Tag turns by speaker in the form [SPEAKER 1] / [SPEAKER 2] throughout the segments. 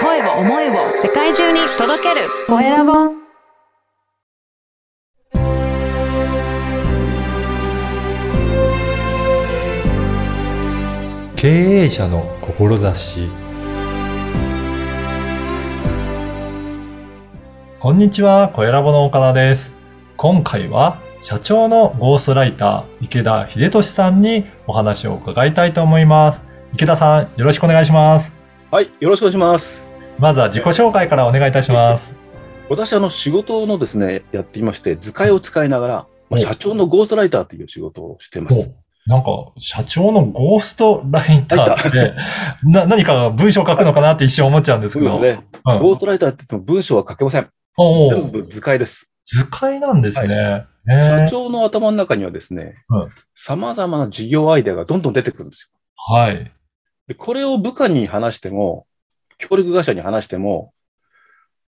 [SPEAKER 1] 声を思いを世界中に届けるコエラボ
[SPEAKER 2] 経営者の志こんにちは、小ラボの岡田です。今回は社長のゴーストライター池田秀俊さんにお話を伺いたいと思います。池田さん、よろしくお願いします。
[SPEAKER 3] はい、よろしくお願いします。
[SPEAKER 2] まずは自己紹介からお願いいたします。
[SPEAKER 3] 私、あの、仕事のですね、やっていまして、図解を使いながら、ま
[SPEAKER 2] お
[SPEAKER 3] あ、社長のゴーストライターという仕事をしてま
[SPEAKER 2] お
[SPEAKER 3] す。
[SPEAKER 2] なんか、社長のゴーストライターって、な何か文章書くのかなって一瞬思っちゃうんです
[SPEAKER 3] そ
[SPEAKER 2] け
[SPEAKER 3] うで
[SPEAKER 2] ど。
[SPEAKER 3] すね。
[SPEAKER 2] うん
[SPEAKER 3] ゴーストライターって言っても文章は書けません。
[SPEAKER 2] おうおう
[SPEAKER 3] 全部図解です。
[SPEAKER 2] 図解なんですね。へー
[SPEAKER 3] 社長の頭の中にはですね
[SPEAKER 2] うん、
[SPEAKER 3] 様々な事業アイデアがどんどん出てくるんですよ。
[SPEAKER 2] はい。
[SPEAKER 3] で、これを部下に話しても、協力会社に話しても、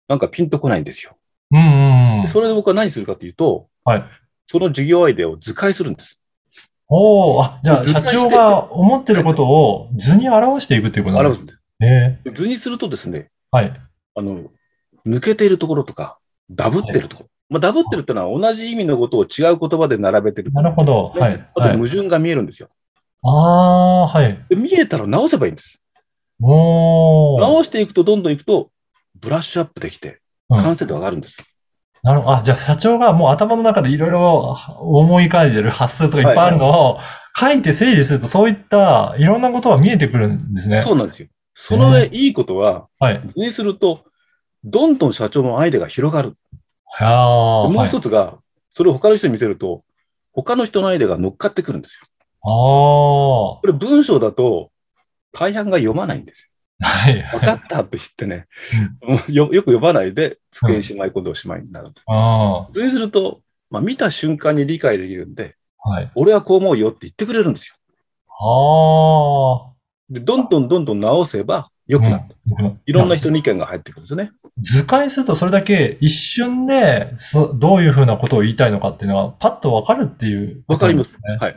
[SPEAKER 3] なんかピンとこないんですよ。
[SPEAKER 2] うんうんうん
[SPEAKER 3] で。それで僕は何するかというと、
[SPEAKER 2] はい
[SPEAKER 3] その事業アイデアを図解するんです。
[SPEAKER 2] おお、あ、じゃあ、
[SPEAKER 3] 図
[SPEAKER 2] 社
[SPEAKER 3] 解して
[SPEAKER 2] 長が思ってることを図に表していくっていうことなん
[SPEAKER 3] 表
[SPEAKER 2] で
[SPEAKER 3] す
[SPEAKER 2] す
[SPEAKER 3] んです。
[SPEAKER 2] ね。
[SPEAKER 3] 図にするとですね、
[SPEAKER 2] はい。
[SPEAKER 3] あの、抜けているところとか、ダブってるところ。まあ、ダブってるってのは同じ意味のことを違う言葉で並べてる。
[SPEAKER 2] なるほど。
[SPEAKER 3] ね
[SPEAKER 2] はい。
[SPEAKER 3] あと
[SPEAKER 2] はい、
[SPEAKER 3] 矛盾が見えるんですよ。
[SPEAKER 2] ああ、はい。
[SPEAKER 3] で見えたら直せばいいんです。
[SPEAKER 2] おお。
[SPEAKER 3] 直していくとどんどんいくと、ブラッシュアップできて、
[SPEAKER 2] うん
[SPEAKER 3] 完成度上がるんです。
[SPEAKER 2] なるほど。あ、じゃあ、社長がもう頭の中でいろいろ思い返してる発数とかいっぱいあるのを、書いて整理すると、そういったいろんなことが見えてくるんですね。
[SPEAKER 3] そうなんですよ。その上、いいことは、
[SPEAKER 2] はい。
[SPEAKER 3] 図にすると、どんどん社長のアイデアが広がる。
[SPEAKER 2] ああ、
[SPEAKER 3] でも
[SPEAKER 2] は
[SPEAKER 3] う
[SPEAKER 2] い。
[SPEAKER 3] 一つが、それを他の人に見せると、他の人のアイデアが乗っかってくるんですよ。
[SPEAKER 2] ああ、は
[SPEAKER 3] これ文章だと、大半が読まないんですよ
[SPEAKER 2] い。
[SPEAKER 3] 分かったって言ってね、もうよよく呼ばないで、机にしまい込んでおしまいになる。
[SPEAKER 2] あ
[SPEAKER 3] それにすると、まあ、見た瞬間に理解できるんで、
[SPEAKER 2] あ、はい。
[SPEAKER 3] 俺はこう思うよって言ってくれるんですよ。
[SPEAKER 2] ああ、
[SPEAKER 3] で、どんどんどんどん直せば良くなる。
[SPEAKER 2] うん
[SPEAKER 3] いろんな人に意見が入ってくるんですね。
[SPEAKER 2] 図解するとそれだけ一瞬でそどういうふうなことを言いたいのかっていうのがパッとわかるっていうこ
[SPEAKER 3] わ
[SPEAKER 2] と
[SPEAKER 3] か
[SPEAKER 2] な
[SPEAKER 3] り
[SPEAKER 2] んで
[SPEAKER 3] ます
[SPEAKER 2] す。ね。
[SPEAKER 3] はい。
[SPEAKER 2] ああ。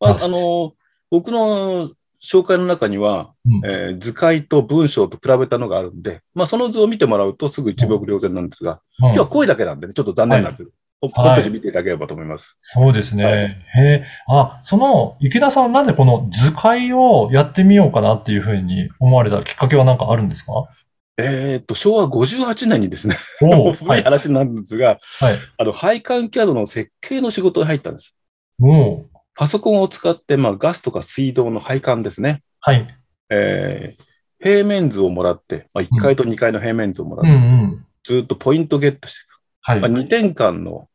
[SPEAKER 3] まあ、
[SPEAKER 2] あ
[SPEAKER 3] あの、僕の紹介の中には、
[SPEAKER 2] うん
[SPEAKER 3] えー図解と文章と比べたのがあるんで、まあ、その図を見てもらうとすぐ一目瞭然なんですが、
[SPEAKER 2] うん
[SPEAKER 3] 今日は声だけなんでね、ちょっと残念なんですけど、ホームページ見ていただければと思います。
[SPEAKER 2] そうですね。
[SPEAKER 3] は
[SPEAKER 2] へえ。あ、その、池田さんなんでこの図解をやってみようかなっていうふうに思われたきっかけはなんかあるんですかお
[SPEAKER 3] えーっと、昭和58年にですね、 もう
[SPEAKER 2] おは
[SPEAKER 3] 古い
[SPEAKER 2] い。
[SPEAKER 3] 話なんですが、
[SPEAKER 2] はい
[SPEAKER 3] あの配管 CAD の設計の仕事に入ったんです。
[SPEAKER 2] おう
[SPEAKER 3] パソコンを使って、まあ、ガスとか水道の配管ですね。
[SPEAKER 2] はい。
[SPEAKER 3] えー平面図をもらって、まあ、1階と2階の平面図をもらっ
[SPEAKER 2] う
[SPEAKER 3] て、
[SPEAKER 2] んうん。
[SPEAKER 3] ずっとポイントゲットしていく
[SPEAKER 2] はい。
[SPEAKER 3] まあ、2点間の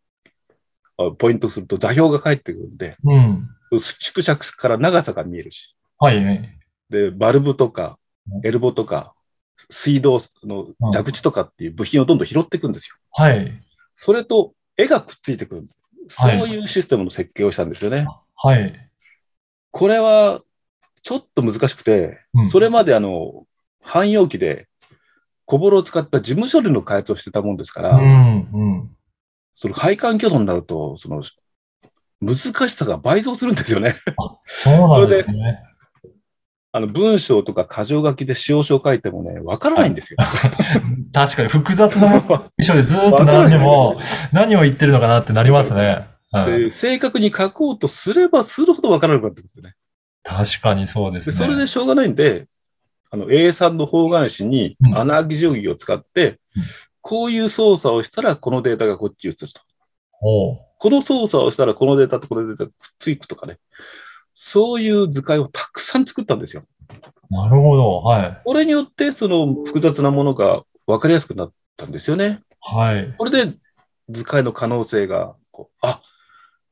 [SPEAKER 3] あポイントすると座標が返ってくるんで、
[SPEAKER 2] うん。
[SPEAKER 3] 縮尺から長さが見えるし、
[SPEAKER 2] はい。はい
[SPEAKER 3] で、バルブとか
[SPEAKER 2] う、
[SPEAKER 3] エルボとか、水道の蛇口とかっていう部品をどんどん拾っていくんですよ。
[SPEAKER 2] はい。
[SPEAKER 3] それと絵がくっついてくる。そ
[SPEAKER 2] は
[SPEAKER 3] う
[SPEAKER 2] い
[SPEAKER 3] いうシステムの設計をしたんですよね。
[SPEAKER 2] はい。
[SPEAKER 3] これはちょっと難しくて、
[SPEAKER 2] うん
[SPEAKER 3] それまであの、汎用機で小ボロを使った事務処理の開発をしてたもんですか
[SPEAKER 2] う
[SPEAKER 3] ら、
[SPEAKER 2] んうん。
[SPEAKER 3] その配管挙動になると、その、難しさが倍増するんですよね。
[SPEAKER 2] そうなんですね。
[SPEAKER 3] あの、文章とか箇条書きで使用書を書いてもね、わからないん ですよ。
[SPEAKER 2] 確かに複雑な
[SPEAKER 3] わ
[SPEAKER 2] 衣装でずーっと並んでも、何を言ってるのかなってなりますね。うん、
[SPEAKER 3] で正確に書こうとすればするほどわからなくなってくるんですよね。
[SPEAKER 2] 確かにそうで
[SPEAKER 3] です
[SPEAKER 2] ね。
[SPEAKER 3] それでしょうがないんで、あの A さんの方眼紙に
[SPEAKER 2] うん
[SPEAKER 3] 穴あき定規を使って、
[SPEAKER 2] うん
[SPEAKER 3] こういう操作をしたらこのデータがこっちに移ると。
[SPEAKER 2] おう
[SPEAKER 3] この操作をしたらこのデータとこのデータがくっついくとかね。そういう図解をたくさん作ったんですよ。
[SPEAKER 2] なるほど。はい。
[SPEAKER 3] これによってその複雑なものが分かりやすくなったんですよね。
[SPEAKER 2] はい。
[SPEAKER 3] これで図解の可能性がこう、あ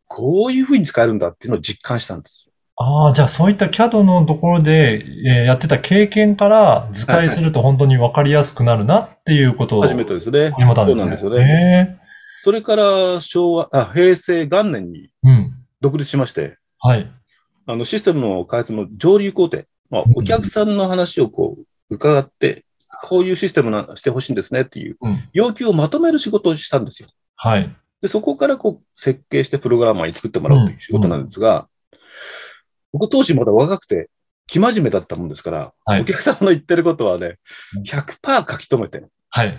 [SPEAKER 3] こういうふうに使えるんだっていうのを実感したんです。
[SPEAKER 2] ああ、じゃあそういった CAD のところで、えーやってた経験から図解すると本当に分かりやすくなるなっていうことを
[SPEAKER 3] 初めてですね。
[SPEAKER 2] 始まったん
[SPEAKER 3] そ
[SPEAKER 2] で
[SPEAKER 3] う
[SPEAKER 2] すね。
[SPEAKER 3] なんですよね。
[SPEAKER 2] ね。
[SPEAKER 3] それから昭和あ、平成元年に
[SPEAKER 2] うん。
[SPEAKER 3] 独立しまして、
[SPEAKER 2] はい。
[SPEAKER 3] あのシステムの開発の上流工程、まあ、
[SPEAKER 2] うん
[SPEAKER 3] お客さんの話をこう伺って、こういうシステムなしてほしいんですねっていう
[SPEAKER 2] うん
[SPEAKER 3] 要求をまとめる仕事をしたんですよ。
[SPEAKER 2] はい。
[SPEAKER 3] でそこからこう設計してプログラマーに作ってもらうという仕事なんですが、僕当時まだ若くて、生真面目だったもんですから、
[SPEAKER 2] はい
[SPEAKER 3] お客様の言ってることはね
[SPEAKER 2] うん、
[SPEAKER 3] 100%書き留めて、
[SPEAKER 2] はい。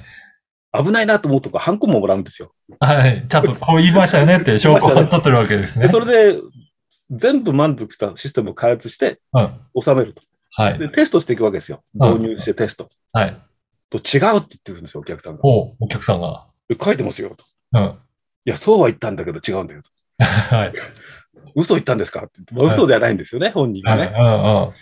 [SPEAKER 3] 危ないなと思うとか、ハンコももらうんですよ。
[SPEAKER 2] はい。ちゃんとこう言いましたよねって証拠を取ってるわけですね。
[SPEAKER 3] で、それで、全部満足したシステムを開発して、
[SPEAKER 2] うん。
[SPEAKER 3] 収めると。
[SPEAKER 2] はい。
[SPEAKER 3] で、テストしていくわけですよ。
[SPEAKER 2] うん
[SPEAKER 3] 導入してテスト。
[SPEAKER 2] はい。
[SPEAKER 3] と違うって言ってくるんですよ、お客さんが。
[SPEAKER 2] おお客さんが。
[SPEAKER 3] で書いてますよ。と
[SPEAKER 2] うん。
[SPEAKER 3] いや、そうは言ったんだけど違うんだよ。と
[SPEAKER 2] はい。
[SPEAKER 3] 嘘言ったんですかって言ってまあ嘘ではないんですよね、本人
[SPEAKER 2] は
[SPEAKER 3] が
[SPEAKER 2] い。
[SPEAKER 3] ね。
[SPEAKER 2] うんうん。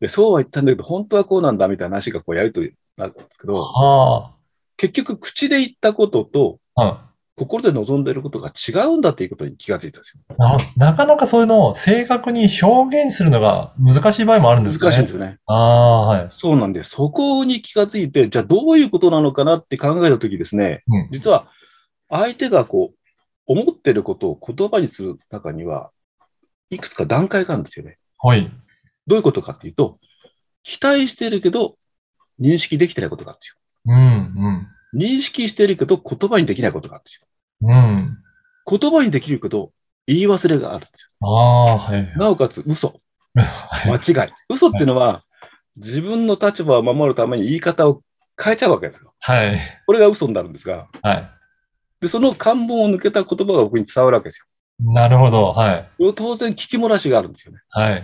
[SPEAKER 3] で、そうは言ったんだけど、本当はこうなんだみたいな話がこうやりとりなんですけど、
[SPEAKER 2] は
[SPEAKER 3] 結局、口で言ったことと、
[SPEAKER 2] あ。
[SPEAKER 3] 心で望んでいることが違うんだっていうことに気がついたんですよ。
[SPEAKER 2] うん。ななかなかそういうのを正確に表現するのが難しい場合もあるんで
[SPEAKER 3] 難
[SPEAKER 2] すかね。
[SPEAKER 3] しいんですよね。
[SPEAKER 2] ああ、はい。
[SPEAKER 3] そうなんで、そこに気がついて、じゃあどういうことなのかなって考えたときですね、
[SPEAKER 2] うん
[SPEAKER 3] 実は相手がこう、思ってることを言葉にする中には、いくつか段階があるんですよね。
[SPEAKER 2] はい。
[SPEAKER 3] どういうことかっていうと、期待してるけど、認識できてないことがあるんですよ。
[SPEAKER 2] うん、
[SPEAKER 3] 認識してるけど、言葉にできないことがあるんです
[SPEAKER 2] うん。うん。
[SPEAKER 3] よ。言葉にできるけど、言い忘れがあるんです
[SPEAKER 2] ああ、はい
[SPEAKER 3] よ。。なおかつ、嘘。
[SPEAKER 2] は
[SPEAKER 3] 間違い。嘘っていうのは、自分の立場を守るために言い方を変えちゃうわけですよ。
[SPEAKER 2] はい。
[SPEAKER 3] これが嘘になるんですが、
[SPEAKER 2] はい。
[SPEAKER 3] で、その漢文を抜けた言葉が僕に伝わるわけですよ。
[SPEAKER 2] なるほど。はい。
[SPEAKER 3] これ当然聞き漏らしがあるんですよね。
[SPEAKER 2] はい。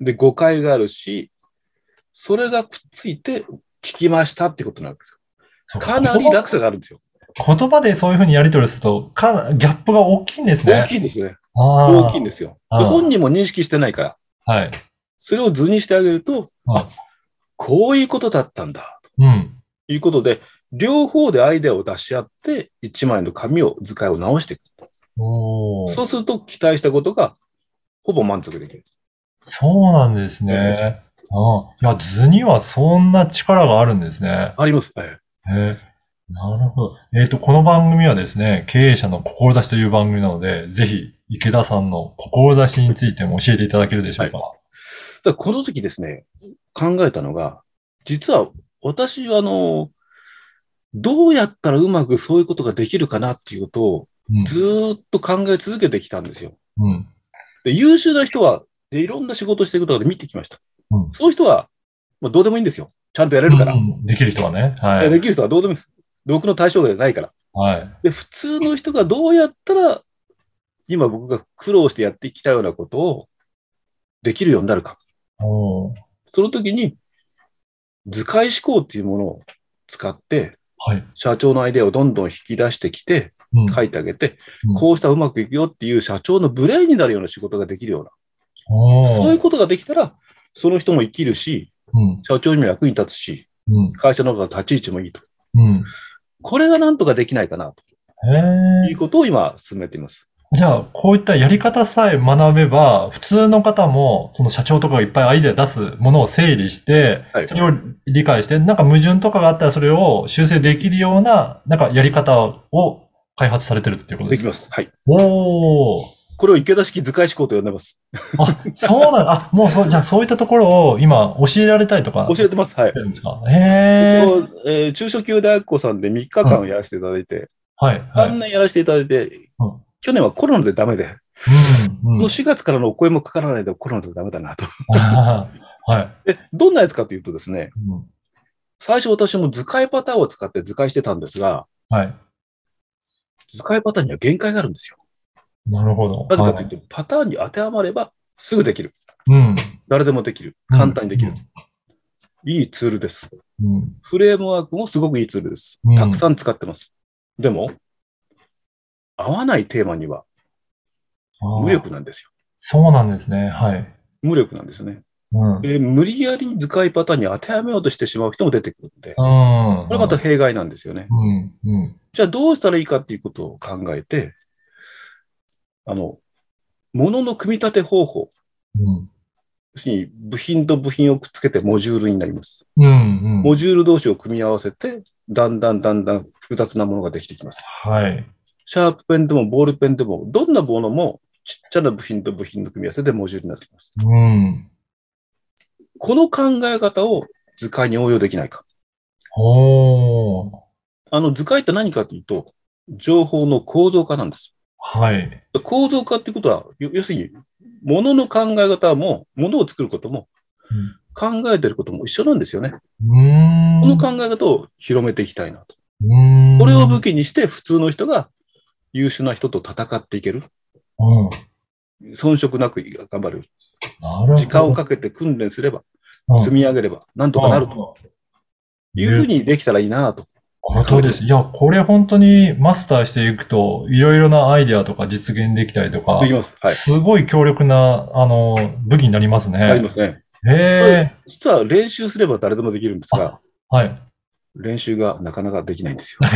[SPEAKER 3] で、誤解があるし、それがくっついて聞きましたってことになるんですよ。
[SPEAKER 2] そう
[SPEAKER 3] かなり落差があるんですよ。
[SPEAKER 2] 言葉言葉でそういうふうにやり取りすると、かな、ギャップが大きいんですね。
[SPEAKER 3] 大きいんですね。
[SPEAKER 2] ああ
[SPEAKER 3] 大きいんですよ。
[SPEAKER 2] あ
[SPEAKER 3] で
[SPEAKER 2] ー
[SPEAKER 3] 本人も認識してないから、
[SPEAKER 2] はい。
[SPEAKER 3] それを図にしてあげると、
[SPEAKER 2] うん
[SPEAKER 3] あ、こういうことだったんだ、
[SPEAKER 2] うん。
[SPEAKER 3] ということで、両方でアイデアを出し合って、一枚の紙を、図解を直していく。
[SPEAKER 2] お
[SPEAKER 3] そ
[SPEAKER 2] お。
[SPEAKER 3] うすると期待したことが、ほぼ満足できる。
[SPEAKER 2] そうなんですね。うん。いや、図にはそんな力があるんですね。
[SPEAKER 3] あります。え
[SPEAKER 2] へえなるほど。えっ、と、この番組はですね、経営者の志という番組なので、ぜひ、池田さんの志についても教えていただけるでしょう
[SPEAKER 3] え
[SPEAKER 2] か。
[SPEAKER 3] だからこの時ですね、考えたのが、実は私は、あの、どうやったらうまくそういうことができるかなっていうことを、ずーっと考え続けてきたんですよ。
[SPEAKER 2] うん。うん。
[SPEAKER 3] で優秀な人は、でいろんな仕事をしていくとかで見てきました。
[SPEAKER 2] うん
[SPEAKER 3] そういう人は、まあ、どうでもいいんですよ。ちゃんとやれるから。
[SPEAKER 2] うんできる人はね。は
[SPEAKER 3] で
[SPEAKER 2] い。
[SPEAKER 3] できる人はどうでもいいんです。僕の対象外じゃないから。
[SPEAKER 2] はい。
[SPEAKER 3] で、普通の人がどうやったら、今僕が苦労してやってきたようなことをできるようになるか。
[SPEAKER 2] おー
[SPEAKER 3] その時に、図解思考っていうものを使って、
[SPEAKER 2] はい。
[SPEAKER 3] 社長のアイデアをどんどん引き出してきて、
[SPEAKER 2] うん。
[SPEAKER 3] 書いてあげて
[SPEAKER 2] うん、
[SPEAKER 3] こうしたらうまくいくよっていう社長のブレーンになるような仕事ができるような
[SPEAKER 2] おー
[SPEAKER 3] そういうことができたら、その人も生きるし、
[SPEAKER 2] うん。
[SPEAKER 3] 社長にも役に立つし、
[SPEAKER 2] うん。
[SPEAKER 3] 会社の方が立ち位置もいいと。
[SPEAKER 2] うん。
[SPEAKER 3] これがなんとかできないかな、と
[SPEAKER 2] へ
[SPEAKER 3] い
[SPEAKER 2] え
[SPEAKER 3] うことを今進めています。
[SPEAKER 2] じゃあ、こういったやり方さえ学べば、普通の方も、その社長とかがいっぱいアイデア出すものを整理して
[SPEAKER 3] は、い
[SPEAKER 2] それを理解して、なんか矛盾とかがあったらそれを修正できるような、なんかやり方を開発されてるっていうこと
[SPEAKER 3] で
[SPEAKER 2] で
[SPEAKER 3] き
[SPEAKER 2] す
[SPEAKER 3] ま
[SPEAKER 2] か
[SPEAKER 3] す。はい。
[SPEAKER 2] おー。
[SPEAKER 3] これを池田式図解思考と呼んでます。
[SPEAKER 2] あ、そうなんあ、もうそう、じゃあそういったところを今教えられたりとか。
[SPEAKER 3] 教えてます。はい
[SPEAKER 2] て。るんですかへえ。
[SPEAKER 3] 僕えー中小企業大学校さんで3日間やらせていただいて、
[SPEAKER 2] はい、はい。
[SPEAKER 3] 3年やらせていただいて
[SPEAKER 2] うん、
[SPEAKER 3] 去年はコロナでダメで、
[SPEAKER 2] うん、うん
[SPEAKER 3] もう。4月からのお声もかからないでコロナでダメだなと。
[SPEAKER 2] あー はい。
[SPEAKER 3] で、どんなやつかというとですね、
[SPEAKER 2] うん
[SPEAKER 3] 最初私も図解パターンを使って図解してたんですが、
[SPEAKER 2] はい。
[SPEAKER 3] 図解パターンには限界があるんですよ。
[SPEAKER 2] なるほど。
[SPEAKER 3] なぜかという
[SPEAKER 2] は
[SPEAKER 3] と、パターンに当てはまればすぐできる。
[SPEAKER 2] うん。
[SPEAKER 3] 誰でもできる。簡単にできる。いいツールです。
[SPEAKER 2] うん。うん。
[SPEAKER 3] フレームワークもすごくいいツールです
[SPEAKER 2] うん。
[SPEAKER 3] たくさん使ってます。でも、合わないテーマには
[SPEAKER 2] あー
[SPEAKER 3] 無力なんですよ。
[SPEAKER 2] そうなんですね。はい。
[SPEAKER 3] 無力なんですね。
[SPEAKER 2] うん。うん。
[SPEAKER 3] で無理やり図解パターンに当てはめようとしてしまう人も出てくるんで、
[SPEAKER 2] こ
[SPEAKER 3] これまた、弊害なんですよね。
[SPEAKER 2] うん、うん。
[SPEAKER 3] じゃあどうしたらいいかっていうことを考えて、あの、ものの組み立て方法、
[SPEAKER 2] うん。
[SPEAKER 3] 要するに部品と部品をくっつけてモジュールになります。
[SPEAKER 2] うん、う
[SPEAKER 3] モ
[SPEAKER 2] ん。
[SPEAKER 3] ジュール同士を組み合わせて、だんだんだんだん複雑なものができてきます。
[SPEAKER 2] はい。
[SPEAKER 3] シャープペンでもボールペンでも、どんなものもちっちゃな部品と部品の組み合わせでモジュールになってきます。
[SPEAKER 2] うん。
[SPEAKER 3] この考え方を図解に応用できないか。
[SPEAKER 2] おー。
[SPEAKER 3] あの図解って何かというと、情報の構造化なんです。
[SPEAKER 2] はい。
[SPEAKER 3] 構造化っていうことは、よ要するに、ものの考え方も、ものを作ることも、考えてることも一緒なんですよね。
[SPEAKER 2] うん。
[SPEAKER 3] この考え方を広めていきたいなと。
[SPEAKER 2] うん。
[SPEAKER 3] これを武器にして普通の人が優秀な人と戦っていける。
[SPEAKER 2] うん。
[SPEAKER 3] 遜色なく頑張る。
[SPEAKER 2] なるほど。
[SPEAKER 3] 時間をかけて訓練すれば、
[SPEAKER 2] うん
[SPEAKER 3] 積み上げれば、なんとかなると
[SPEAKER 2] と
[SPEAKER 3] いうふうにできたらいいなと。
[SPEAKER 2] この通りです。いや、これ本当にマスターしていくと、いろいろなアイデアとか実現できたりとか
[SPEAKER 3] で、きます。はい。
[SPEAKER 2] すごい強力な、あの、武器になりますね。
[SPEAKER 3] ありますね。
[SPEAKER 2] へえ。
[SPEAKER 3] 実は練習すれば誰でもできるんですが、
[SPEAKER 2] はい。
[SPEAKER 3] 練習がなかなかできないんですよ。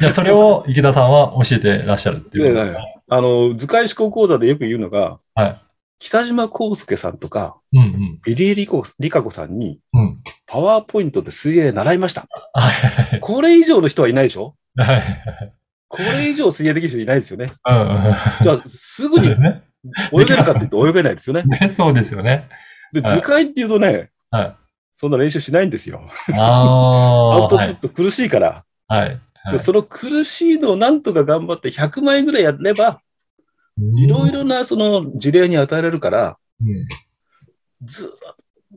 [SPEAKER 2] いや、それを池田さんは教えてらっしゃるっていうこと
[SPEAKER 3] いやいやあの、図解思考講座でよく言うのが、
[SPEAKER 2] はい
[SPEAKER 3] 北島康介さんとか、
[SPEAKER 2] うん
[SPEAKER 3] ビリーリコ・リカ子さんに、
[SPEAKER 2] うん。うん。
[SPEAKER 3] パワーポイントで水泳習いました。
[SPEAKER 2] はい。
[SPEAKER 3] これ以上の人はいないでしょ
[SPEAKER 2] はい。
[SPEAKER 3] これ以上水泳できる人いないです よね。
[SPEAKER 2] うんうん。
[SPEAKER 3] だからすぐ
[SPEAKER 2] そう
[SPEAKER 3] に
[SPEAKER 2] ですね。
[SPEAKER 3] 泳げるかって言うと泳げないですよね。
[SPEAKER 2] ねそうですよね。
[SPEAKER 3] で、
[SPEAKER 2] はい
[SPEAKER 3] 図解っていうとね、
[SPEAKER 2] はい
[SPEAKER 3] そんな練習しないんですよ。ア
[SPEAKER 2] あ
[SPEAKER 3] ウ
[SPEAKER 2] あ
[SPEAKER 3] ト
[SPEAKER 2] ー。
[SPEAKER 3] プ
[SPEAKER 2] はい
[SPEAKER 3] ッ。ト苦しいから。
[SPEAKER 2] はい。はい
[SPEAKER 3] でその苦しいのをなんとか頑張って100枚ぐらいやれば、いろいろなその事例に与えられるから、
[SPEAKER 2] うん。
[SPEAKER 3] ずーっ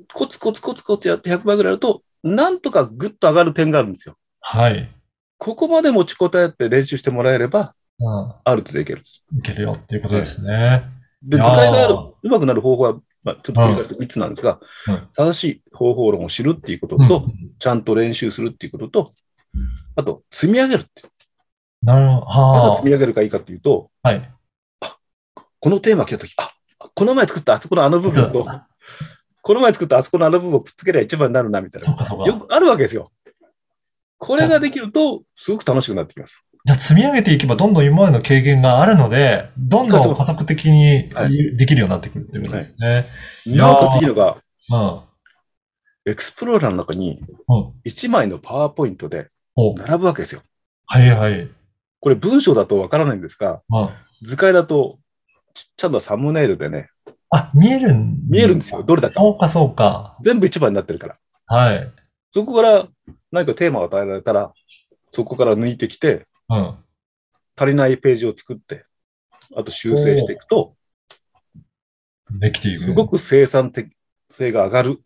[SPEAKER 3] とコツコツコツコツやって100枚ぐらいやると、なんとかぐっと上がる点があるんですよ。
[SPEAKER 2] はい。
[SPEAKER 3] ここまで持ちこたえて練習してもらえれば、
[SPEAKER 2] う
[SPEAKER 3] ある程度いけるんです。
[SPEAKER 2] ん。いけるよっていうことですね。
[SPEAKER 3] で、
[SPEAKER 2] い
[SPEAKER 3] 図
[SPEAKER 2] やー
[SPEAKER 3] 解がある、うまくなる方法は、まあ、ちょっと繰り返すと3つなんですが、
[SPEAKER 2] うん
[SPEAKER 3] 正しい方法論を知るっていうこと
[SPEAKER 2] うん
[SPEAKER 3] と、ちゃんと練習するっていうことと、あと、積み上げるっていう。
[SPEAKER 2] なるほど。
[SPEAKER 3] ま
[SPEAKER 2] あ
[SPEAKER 3] だ積み上げるかいいかっていうと、
[SPEAKER 2] あ。はい。
[SPEAKER 3] このテーマ来たとき、あこの前作ったあそこのあの部分と、この前作ったあそこのあの部分をくっつけりゃ一番になるな、みたい
[SPEAKER 2] そ
[SPEAKER 3] な。
[SPEAKER 2] うかそうか。
[SPEAKER 3] よくあるわけですよ。これができると、すごく楽しくなってきます。
[SPEAKER 2] じゃあ積み上げていけばどんどん今までの経験があるので、どんどん加速的に
[SPEAKER 3] は
[SPEAKER 2] できるようになってくるっていうことですね。いやー
[SPEAKER 3] なおかついいのが、
[SPEAKER 2] うん。
[SPEAKER 3] エクスプローラーの中に
[SPEAKER 2] うん。
[SPEAKER 3] 1枚のパワーポイントで
[SPEAKER 2] お
[SPEAKER 3] 並ぶわけですよ。
[SPEAKER 2] はいはい。うん。
[SPEAKER 3] これ文章だとわからないんですが、図解だと、ちっちゃなサムネイルでね、
[SPEAKER 2] あ、見えるん
[SPEAKER 3] 見えるんですよ。どれだか。
[SPEAKER 2] そうかそうか。
[SPEAKER 3] 全部一番になってるから。
[SPEAKER 2] はい。
[SPEAKER 3] そこから何かテーマを与えられたら、そこから抜いてきて、
[SPEAKER 2] うん。
[SPEAKER 3] 足りないページを作って、あと修正していくと、
[SPEAKER 2] できていく。
[SPEAKER 3] すごく生産的性が上がる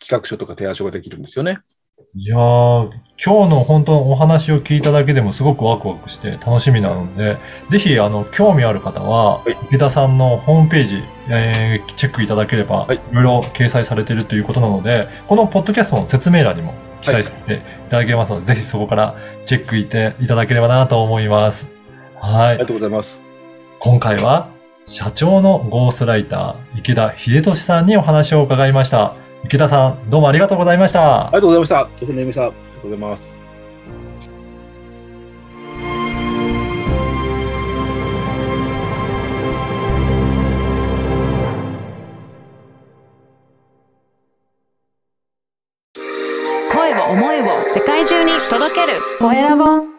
[SPEAKER 3] 企画書とか提案書ができるんですよね。
[SPEAKER 2] いやー、今日の本当お話を聞いただけでもすごくワクワクして楽しみなので、ぜひ、あの、興味ある方は
[SPEAKER 3] はい、
[SPEAKER 2] 池田さんのホームページ、えーチェックいただければ、
[SPEAKER 3] はい
[SPEAKER 2] いろいろ掲載されているということなので、このポッドキャストの説明欄にも記載させていただけますので、ぜひそこからチェックいていただければなと思います。は
[SPEAKER 3] あ
[SPEAKER 2] い
[SPEAKER 3] りが。とうございます。
[SPEAKER 2] 今回は社長のゴーストライター池田秀俊さんにお話を伺いました池田さんどうもありがとうございました
[SPEAKER 3] ありがとうございました。お世話になりました。ありがとうございます。
[SPEAKER 1] 声を思いを世界中に届けるコエラボン